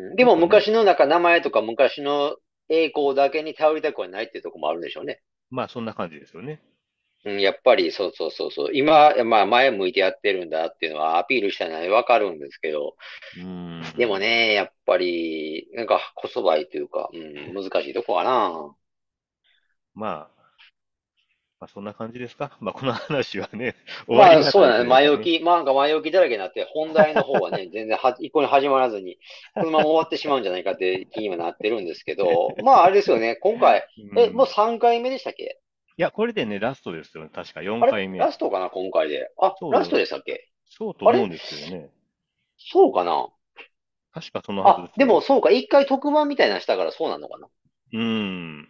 [SPEAKER 2] うん、でも昔のなんか名前とか昔の栄光だけに頼りたくはないっていうところもあるんでしょうね。
[SPEAKER 1] まあそんな感じですよね。
[SPEAKER 2] うん、やっぱりそうそうそうそう。今、まあ前向いてやってるんだっていうのはアピールしたいのはわかるんですけど、
[SPEAKER 1] うん。
[SPEAKER 2] でもね、やっぱり、なんか、こそばいというか、うん、難しいとこかな。
[SPEAKER 1] まあ、まあ、そんな感じですか。まあ、この話はね、終
[SPEAKER 2] ま
[SPEAKER 1] わり
[SPEAKER 2] あ、
[SPEAKER 1] にな
[SPEAKER 2] そう
[SPEAKER 1] ったん
[SPEAKER 2] だね。
[SPEAKER 1] で
[SPEAKER 2] 前置き、まあ、なんか前置きだらけになって、本題の方 はね、全然は、一個に始まらずに、このまま終わってしまうんじゃない かって気にはなってるんですけど、まあ、あれですよね、今回、
[SPEAKER 1] うん
[SPEAKER 2] え、もう
[SPEAKER 1] い
[SPEAKER 2] 3回目でしたっけ
[SPEAKER 1] や、これでね、ラストですよね。確か4
[SPEAKER 2] あれ
[SPEAKER 1] 回目。
[SPEAKER 2] ラストかな、今回で。あ、
[SPEAKER 1] そう
[SPEAKER 2] ラストでしたっけ
[SPEAKER 1] そうと思うんですけどね。
[SPEAKER 2] そうかな。
[SPEAKER 1] 確かそのはず
[SPEAKER 2] あ
[SPEAKER 1] で、す
[SPEAKER 2] で
[SPEAKER 1] よ
[SPEAKER 2] も、そうか、一回特番みたいなのしたからそうなのかな。
[SPEAKER 1] うん。。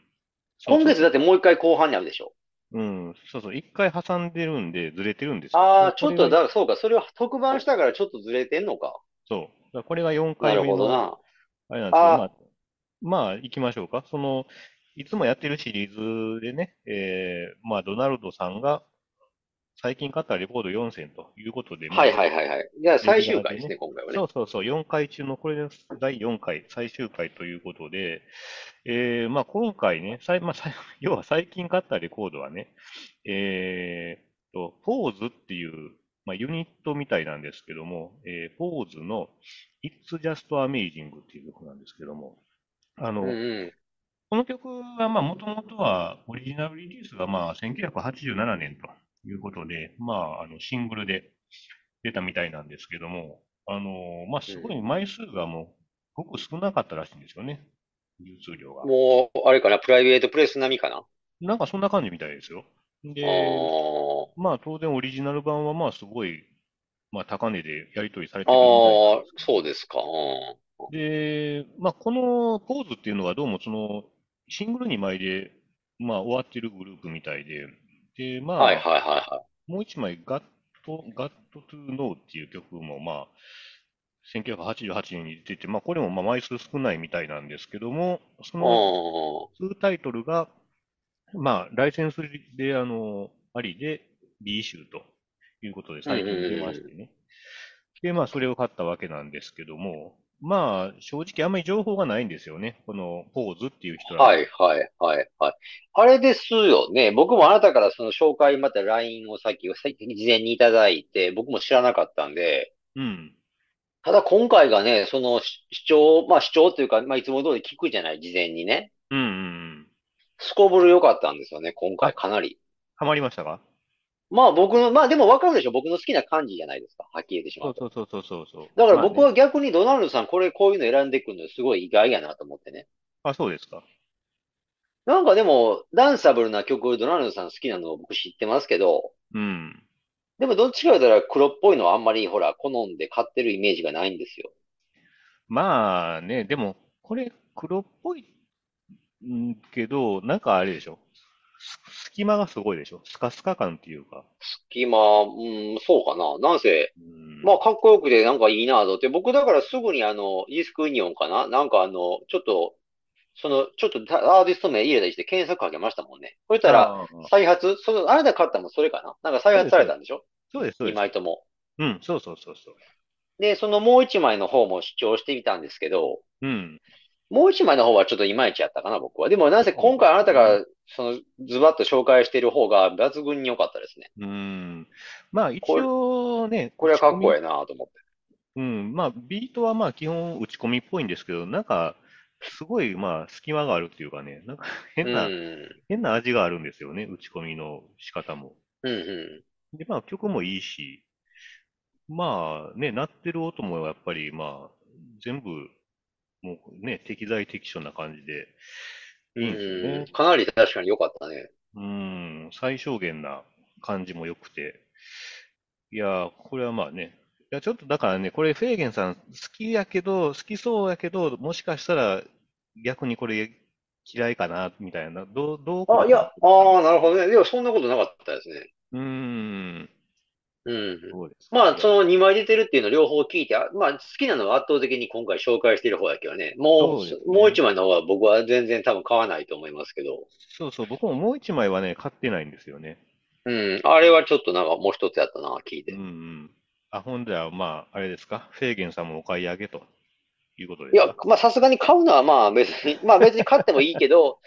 [SPEAKER 2] 今月だっててもう一回後半にあるでしょ。
[SPEAKER 1] うん。そうそう。一回挟んでるんで、ずれてるんですよ。
[SPEAKER 2] ああ、ちょっと、
[SPEAKER 1] これが
[SPEAKER 2] だからそうか、それを特番したからちょっとずれてんのか。
[SPEAKER 1] そう。だからこれが4
[SPEAKER 2] な
[SPEAKER 1] 回
[SPEAKER 2] る
[SPEAKER 1] 目
[SPEAKER 2] ほど
[SPEAKER 1] の、
[SPEAKER 2] な。
[SPEAKER 1] あれなんですけど、
[SPEAKER 2] あ
[SPEAKER 1] まあ、まあ、行きましょうか。その、いつもやってるシリーズでね、えー、まあ、ドナルドさんが最近買ったレコード4選ということで、まあ
[SPEAKER 2] はいはいはいはい。じゃあ最終回ですね、今回はね
[SPEAKER 1] そ。うそうそう、4回中のこれです。第4回、最終回ということで、えーまあ、今回ね、さいまあ、さい 要は最近買ったレコードはね、えーと、ポーズっていう、まあ、ユニットみたいなんですけども、えー、ポーズの It's Just Amazing っていう曲なんですけども、あの、
[SPEAKER 2] うんうん。
[SPEAKER 1] この曲は、まあ、もともとは、オリジナルリリースが、まあ、1987年ということで、まあ、あの、シングルで出たみたいなんですけども、あの、まあ、すごい枚数がもう、ごく少なかったらしいんですよね。流通量が。
[SPEAKER 2] もう、あれかな、プライベートプレス並みかな。
[SPEAKER 1] なんかそんな感じみたいですよ。で、
[SPEAKER 2] あ
[SPEAKER 1] まあ、当然オリジナル版は、まあ、すごい、まあ、高値でやり取りされて
[SPEAKER 2] あ、
[SPEAKER 1] るみたいなんですけど
[SPEAKER 2] ああ、そうですか。うん
[SPEAKER 1] で、まあ、このポーズっていうのはどうもそのシングル2枚で、まあ、終わってるグループみたいで、で、まあ、
[SPEAKER 2] はいはいはいは
[SPEAKER 1] もう一枚ガット、ガットトゥーノーっていう曲も、まあ、1988年に出てて、まあ、これもまあ枚数少ないみたいなんですけども、そ
[SPEAKER 2] い。
[SPEAKER 1] の
[SPEAKER 2] うん。
[SPEAKER 1] 2タイトルが、まあ、ライセンスで、あの、ありで、B 集ということで最近出ましてね。で、まあ、それを買ったわけなんですけども、まあ、正直あんまり情報がないんですよね。このポーズっていう人らの
[SPEAKER 2] はい、はい、はい、はい。あれですよね。僕もあなたからその紹介また LINE をさっき、さっき事前にいただいて、僕も知らなかったんで、
[SPEAKER 1] うん。
[SPEAKER 2] ただ今回がね、そのし視聴、まあ視聴というか、まあいつも通り聞くじゃない、事前にね。
[SPEAKER 1] うんうんうん。
[SPEAKER 2] すこぶる良かったんですよね、今
[SPEAKER 1] は
[SPEAKER 2] 回
[SPEAKER 1] い
[SPEAKER 2] かなり。
[SPEAKER 1] ハマりましたか
[SPEAKER 2] まあ僕の、まあでもわかるでしょ、僕の好きな感じじゃないですか、はっきり言ってしま
[SPEAKER 1] そうう
[SPEAKER 2] と。
[SPEAKER 1] そうそうそうそうそう。
[SPEAKER 2] だから
[SPEAKER 1] まあね
[SPEAKER 2] 僕は逆にドナルドさん、これこういうの選んでくるのすごい意外やなと思ってね。
[SPEAKER 1] あ、そうですか。
[SPEAKER 2] なんかでも、ダンサブルな曲、ドナルドさん好きなのを僕知ってますけど、
[SPEAKER 1] うん。
[SPEAKER 2] でもどっちか言うたら黒っぽいのはあんまりほら好んで買ってるイメージがないんですよ。
[SPEAKER 1] まあね、でも、これ黒っぽいんけど、なんかあれでしょ。す隙間がすごいでしょ。スカスカ感っていうか。
[SPEAKER 2] 隙間、うん、そうかな。なんせ、
[SPEAKER 1] うん
[SPEAKER 2] まあかっこよくてなんかいいなと思って、僕だからすぐにあの、イースクユニオンかななんかあの、ちょっと、その、ちょっとアーティスト名入れたりして検索かけましたもんね。そしたら、
[SPEAKER 1] ああ
[SPEAKER 2] 再発、その、あなた買ったのもそれかななんか再発されたんでしょ
[SPEAKER 1] そうです、そう
[SPEAKER 2] 二
[SPEAKER 1] です。
[SPEAKER 2] 枚とも。
[SPEAKER 1] うん、そうそうそうそう。
[SPEAKER 2] で、そのもう一枚の方も主張してみたんですけど、
[SPEAKER 1] うん。
[SPEAKER 2] もう一枚の方はちょっといまいちやったかな、僕は。でも、なぜ今回あなたが、その、ズバッと紹介している方が抜群に良かったですね。
[SPEAKER 1] うん。まあ一
[SPEAKER 2] これ
[SPEAKER 1] 応ね、
[SPEAKER 2] これはかっこええ
[SPEAKER 1] 打ち込
[SPEAKER 2] なと思って。
[SPEAKER 1] みうん。まあビートはまあ基本打ち込みっぽいんですけど、なんか、すごいまあ隙間があるっていうかね、なんか変な、
[SPEAKER 2] うん。
[SPEAKER 1] 変な味があるんですよね、打ち込みの仕方も。
[SPEAKER 2] うんう
[SPEAKER 1] で、まあ曲もいいし、まあね、鳴ってる音もやっぱりまあ全部もうね、適材適所な感じでいいんですよ
[SPEAKER 2] ん。う
[SPEAKER 1] ね
[SPEAKER 2] ん。。かなり確かに良かったね。
[SPEAKER 1] うん、最小限な感じも良くて。いやー、これはまあね。いや、ちょっとだからね、これフェーゲンさん好きやけど、好きそうやけど、もしかしたら逆にこれ嫌いかな、みたいな。どう、どう
[SPEAKER 2] あ、いや、ああ、なるほどね。でも、そんなことなかったですね。
[SPEAKER 1] うーん、
[SPEAKER 2] うん。
[SPEAKER 1] そうです
[SPEAKER 2] まあ、
[SPEAKER 1] ね。
[SPEAKER 2] その2枚出てるっていうのを両方聞いて、あまあ、好きなのは圧倒的に今回紹介している方だけどね。
[SPEAKER 1] そ
[SPEAKER 2] もう、
[SPEAKER 1] うですね
[SPEAKER 2] もう一枚の方は僕は全然多分買わないと思いますけど。
[SPEAKER 1] そうそう、僕ももう一枚はね、買ってないんですよね。
[SPEAKER 2] うん。あれはちょっとなんかもう一つやったな、聞いて
[SPEAKER 1] うん。うん。あ、ほんでは、まあ、あれですか。フェーゲンさんもお買い上げということで
[SPEAKER 2] い
[SPEAKER 1] す
[SPEAKER 2] や
[SPEAKER 1] か。、
[SPEAKER 2] まあさすがに買うのはまあ別に、まあ別に買ってもいいけど、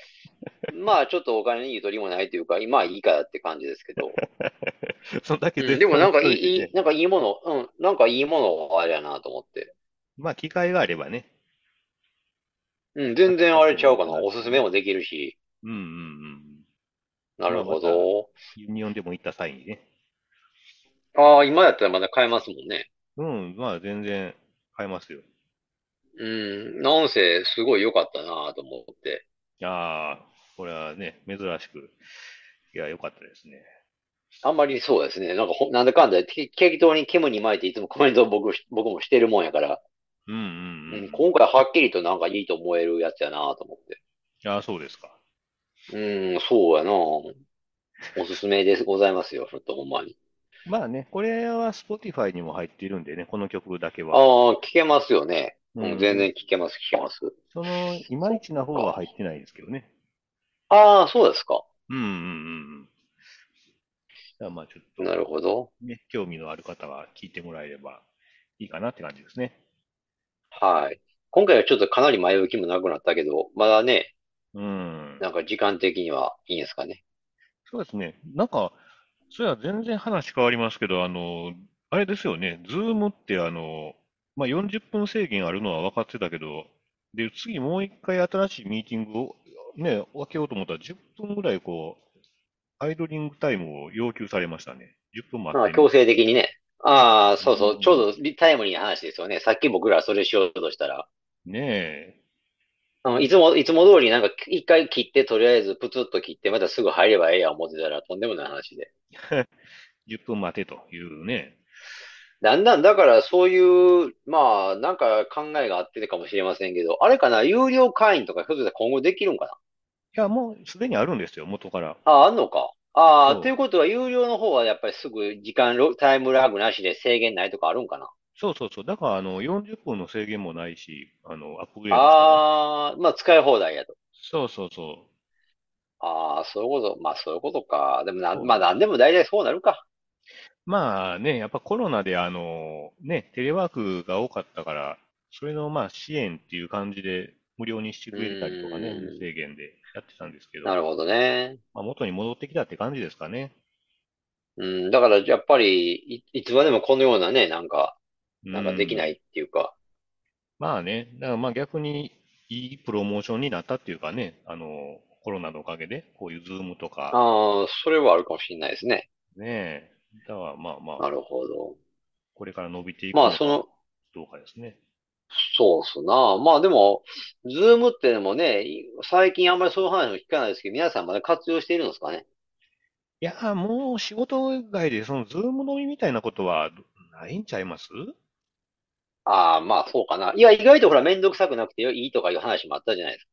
[SPEAKER 2] まあちょっとお金にゆとりもないというか、まあいいかなって感じですけど。
[SPEAKER 1] そんだけ
[SPEAKER 2] うん
[SPEAKER 1] 絶
[SPEAKER 2] でもなんかい
[SPEAKER 1] 賛しとて
[SPEAKER 2] い、いいなんかいいもの、うん、なんかいいものあれやなと思って。
[SPEAKER 1] まあ、機会があればね。
[SPEAKER 2] うん、全然あれちゃうかな。おすすめもできるし。
[SPEAKER 1] うんうんうん。
[SPEAKER 2] なるほ
[SPEAKER 1] ま
[SPEAKER 2] ど。
[SPEAKER 1] ユニオンでも行った際にね。
[SPEAKER 2] ああ、今やったらまだ買えますもんね。
[SPEAKER 1] うん、まあ全然買えますよ。
[SPEAKER 2] うん、なんせすごい良かったなと思って。
[SPEAKER 1] ああ、これはね、珍しく。いや、良かったですね。
[SPEAKER 2] あんまりそうですね。なんかほ、なんだかんだ、て適当に煙に巻いていつもコメントを僕し、僕もしてるもんやから、
[SPEAKER 1] うんうん
[SPEAKER 2] う、
[SPEAKER 1] うんん。
[SPEAKER 2] 今回はっきりとなんかいいと思えるやつやなと思って。
[SPEAKER 1] ああ、そうですか。
[SPEAKER 2] うーん、そうやな。おすすめです、ございますよ、ちょっとほんまに。
[SPEAKER 1] まあね、これは Spotify にも入っているんでね、この曲だけ
[SPEAKER 2] あ
[SPEAKER 1] は。
[SPEAKER 2] あ、聞けますよね。うん、全然
[SPEAKER 1] うん。
[SPEAKER 2] 聞けます、聞けます。
[SPEAKER 1] その、いまいちな方は入ってないですけどね。
[SPEAKER 2] ああ、そうですか。
[SPEAKER 1] うんうんうんうん。じゃあまあちょっと、
[SPEAKER 2] なるほど。
[SPEAKER 1] ね、興味のある方は聞いてもらえればいいかなって感じですね。
[SPEAKER 2] はい。今回はちょっとかなり前置きもなくなったけど、まだね、
[SPEAKER 1] うん。
[SPEAKER 2] なんか時間的にはいいんですかね。
[SPEAKER 1] そうですね。なんか、それは全然話変わりますけど、あの、あれですよね、ズームってあの、まあ、40分制限あるのは分かってたけど、で、次もう一回新しいミーティングをね、分けようと思ったら10分ぐらいこう、アイドリングタイムを要求されましたね。10分待
[SPEAKER 2] ま
[SPEAKER 1] っ
[SPEAKER 2] あ、
[SPEAKER 1] てね
[SPEAKER 2] 強制的にね。ああ、そうそうう。
[SPEAKER 1] ん
[SPEAKER 2] ちょうどタイムリーな話ですよね。さっき僕らそれしようとしたら。
[SPEAKER 1] ね
[SPEAKER 2] あのいつも、いつも通りなんか一回切って、とりあえずプツッと切って、またすぐ入ればええや思ってたらとんでもない話で。
[SPEAKER 1] え、10分待てというね。
[SPEAKER 2] だんだん、だからそういう、まあ、なんか考えがあっててかもしれませんけど、あれかな、有料会員とかひょっとしたら今後できるんか
[SPEAKER 1] いや、もうすでにあるんですよ、元から。
[SPEAKER 2] なああ、あんのか。あ
[SPEAKER 1] そ
[SPEAKER 2] あ、
[SPEAKER 1] う
[SPEAKER 2] ということは、有料の方はやっぱりすぐ時間、ロタイムラグなしで制限ないとかあるんかな。
[SPEAKER 1] そうそうそう。だから、あの、40分の制限もないし、あの、アップグレードしたら
[SPEAKER 2] ああ、まあ使い放題やと。
[SPEAKER 1] そうそうそ
[SPEAKER 2] ああ、そういうこと、まあそういうことか。でもな
[SPEAKER 1] そ
[SPEAKER 2] ん、
[SPEAKER 1] う
[SPEAKER 2] まあなんでも大体そうなるか。
[SPEAKER 1] う。まあね、やっぱコロナで、あの、ね、テレワークが多かったから、それの、まあ、支援っていう感じで、無料にしてくれたりとかね、
[SPEAKER 2] うん
[SPEAKER 1] 無制限でやってたんですけど、
[SPEAKER 2] なるほどね。
[SPEAKER 1] まあ、元に戻ってきたって感じですかね。
[SPEAKER 2] うん、だからやっぱり、い、いつまでもこのようなね、なんか、なんかでき
[SPEAKER 1] うん
[SPEAKER 2] ないっていうか。
[SPEAKER 1] まあね、だからまあ逆にいいプロモーションになったっていうかね、あの、コロナのおかげで、こういうズームとか、
[SPEAKER 2] ああ、それはあるかもしれないですね。
[SPEAKER 1] ね、だからまあま
[SPEAKER 2] な
[SPEAKER 1] あ、
[SPEAKER 2] るほど。
[SPEAKER 1] これから伸びていく
[SPEAKER 2] まあ
[SPEAKER 1] の
[SPEAKER 2] そ
[SPEAKER 1] か
[SPEAKER 2] の、
[SPEAKER 1] どうかですね。
[SPEAKER 2] そうっすな。まあでも、ズームってでもね、い最近あんまりそういう話も聞かないですけど、皆さんまだ活用しているんですかね。
[SPEAKER 1] いやー、もう仕事外で、その、ズーム飲みみたいなことはないんちゃいます
[SPEAKER 2] ああ、まあそうかな。いや、意外とほら、めんどくさくなくていいとかいう話もあったじゃないですか。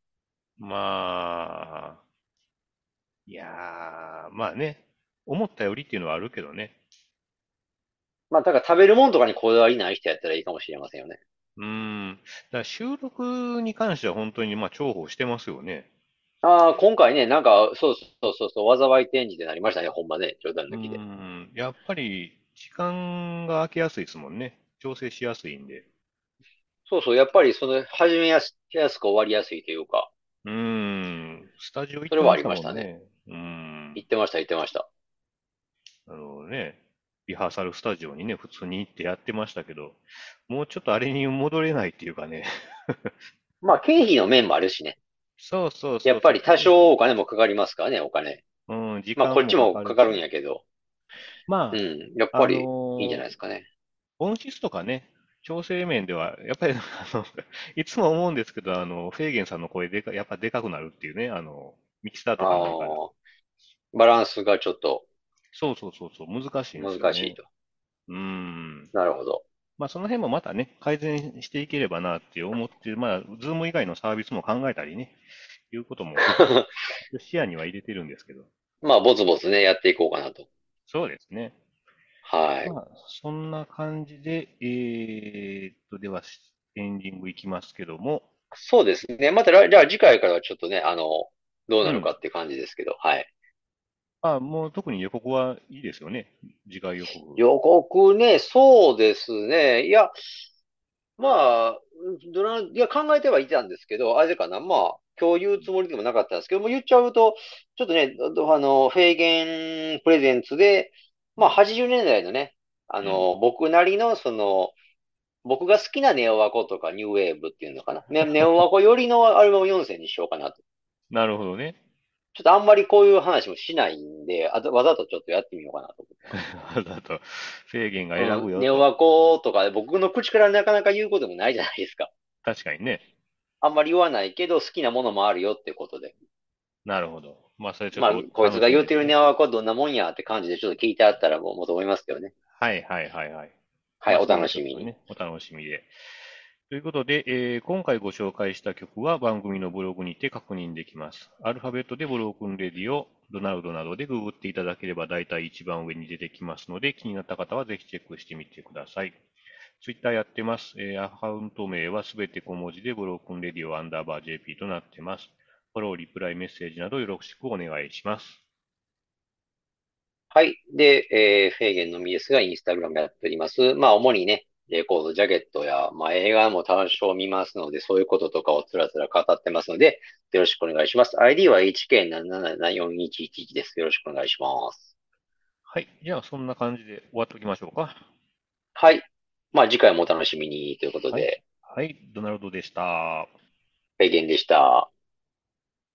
[SPEAKER 1] まあ、いやー、まあね、思ったよりっていうのはあるけどね。
[SPEAKER 2] まあだから食べるもんとかにこだわりない人やったらいいかもしれませんよね。
[SPEAKER 1] うーん、だから収録に関しては本当に、まあ、重宝してますよね。
[SPEAKER 2] ああ、今回ね、なんか、そうそうそうそう、災い展示でなりましたね、ほんまね、冗談
[SPEAKER 1] う
[SPEAKER 2] 抜きで。
[SPEAKER 1] ん、やっぱり時間が空けやすいですもんね。調整しやすいんで。
[SPEAKER 2] そうそう、やっぱり、その、始めやす、やすく終わりやすいというか、
[SPEAKER 1] うん、スタジオ行っ
[SPEAKER 2] そ
[SPEAKER 1] て
[SPEAKER 2] れ
[SPEAKER 1] ま
[SPEAKER 2] は
[SPEAKER 1] したもん
[SPEAKER 2] あり
[SPEAKER 1] ね。うん、
[SPEAKER 2] 言ってました、言ってました。
[SPEAKER 1] あのね、リハーサルスタジオにね、普通に行ってやってましたけど、もうちょっとあれに戻れないっていうかね。
[SPEAKER 2] まあ、経費の面もあるしね。
[SPEAKER 1] そうそうそう
[SPEAKER 2] やっぱり多少お金もかかりますからね、お金。
[SPEAKER 1] うん、時
[SPEAKER 2] まあ、
[SPEAKER 1] 間
[SPEAKER 2] こっちも
[SPEAKER 1] か
[SPEAKER 2] か
[SPEAKER 1] か
[SPEAKER 2] か
[SPEAKER 1] る
[SPEAKER 2] るん
[SPEAKER 1] し。
[SPEAKER 2] やけど、
[SPEAKER 1] まあ、
[SPEAKER 2] うん、やっ
[SPEAKER 1] あ
[SPEAKER 2] ぱり、い
[SPEAKER 1] の
[SPEAKER 2] いんじゃないで
[SPEAKER 1] ー
[SPEAKER 2] すかね。
[SPEAKER 1] 音質とかね、調整面では、やっぱり、あの、 いつも思うんですけど、あの、フェーゲンさんの声でか、やっぱでかくなるっていうね、あの、ミキサーとか
[SPEAKER 2] あ
[SPEAKER 1] ないから。
[SPEAKER 2] あ、バランスがちょっと
[SPEAKER 1] そうそうそうそう、難しいんですよ
[SPEAKER 2] 難し
[SPEAKER 1] ね。
[SPEAKER 2] いと。
[SPEAKER 1] うん。
[SPEAKER 2] なるほど。
[SPEAKER 1] まあ、その辺もまたね、改善していければなって思って、まあ、ズーム以外のサービスも考えたりね、いうこと も視野には入れてるんですけど。
[SPEAKER 2] まあ、ぼつぼつね、やっていこうかなと。
[SPEAKER 1] そうですね。
[SPEAKER 2] はい。
[SPEAKER 1] まあ、そんな感じで、えーっと、では、エンディングいきますけども、
[SPEAKER 2] そうですね。また来、じゃあ次回からはちょっとね、あの、どうなるかって感じですけど、はい。
[SPEAKER 1] まあ、もう特に予告はいいですよね。次回予告。
[SPEAKER 2] 予告ね、そうですね。いや、まあ、どな、いや、考えてはいたんですけど、あれかな、まあ、今日言うつもりでもなかったんですけど、もう言っちゃうと、ちょっとね、どあの、フェーゲンプレゼンツで、まあ、80年代のね、あの、僕なりの、その、僕が好きなネオワコとかニューウェーブっていうのかな。ね、ネオワコよりのアルバム4選にしようかなと。
[SPEAKER 1] なるほどね。
[SPEAKER 2] ちょっとあんまりこういう話もしないんで、あと、わざとちょっとやってみようかなと思って。
[SPEAKER 1] あと、フェーゲンが選ぶよ
[SPEAKER 2] ネオ
[SPEAKER 1] と。
[SPEAKER 2] ワコとか、僕の口からなかなか言うこともないじゃないですか。
[SPEAKER 1] 確かにね。
[SPEAKER 2] あんまり言わないけど、好きなものもあるよってことで。
[SPEAKER 1] なるほど。まあ、それちょ
[SPEAKER 2] ま
[SPEAKER 1] っ
[SPEAKER 2] あ、
[SPEAKER 1] と、
[SPEAKER 2] こいつが言うてる
[SPEAKER 1] ね
[SPEAKER 2] ネオワコはどんなもんやって感じでちょっと聞いてあったらもう、もうと思いますけどね。
[SPEAKER 1] はいはいはいはい。
[SPEAKER 2] はい、
[SPEAKER 1] まあ
[SPEAKER 2] お楽しみ
[SPEAKER 1] そういう
[SPEAKER 2] に。
[SPEAKER 1] ことねお楽しみで。ということで、えー今回ご紹介した曲は番組のブログにて確認できます。アルファベットでブロークンレディオ、ドナルドなどでググっていただければ大体一番上に出てきますので、気になった方はぜひチェックしてみてください。ツイッターやってます。えーアカウント名はすべて小文字でブロークンレディオアンダーバー JP となってます。フォロー、リプライ、メッセージなどよろしくお願いします。
[SPEAKER 2] はい。で、えーフェーゲンのみですが、インスタグラムやっております。まあ、主にね、レコード、ジャケットや、まあ、映画も多少見ますので、そういうこととかをつらつら語ってますので、よろしくお願いします。ID は HK77741111です。よろしくお願いします。
[SPEAKER 1] はい。じゃあ、そんな感じで終わっておきましょうか。
[SPEAKER 2] はい。まあ次回もお楽しみにということ
[SPEAKER 1] は
[SPEAKER 2] で、
[SPEAKER 1] はい、ドナルドでした。
[SPEAKER 2] ペゲンでした。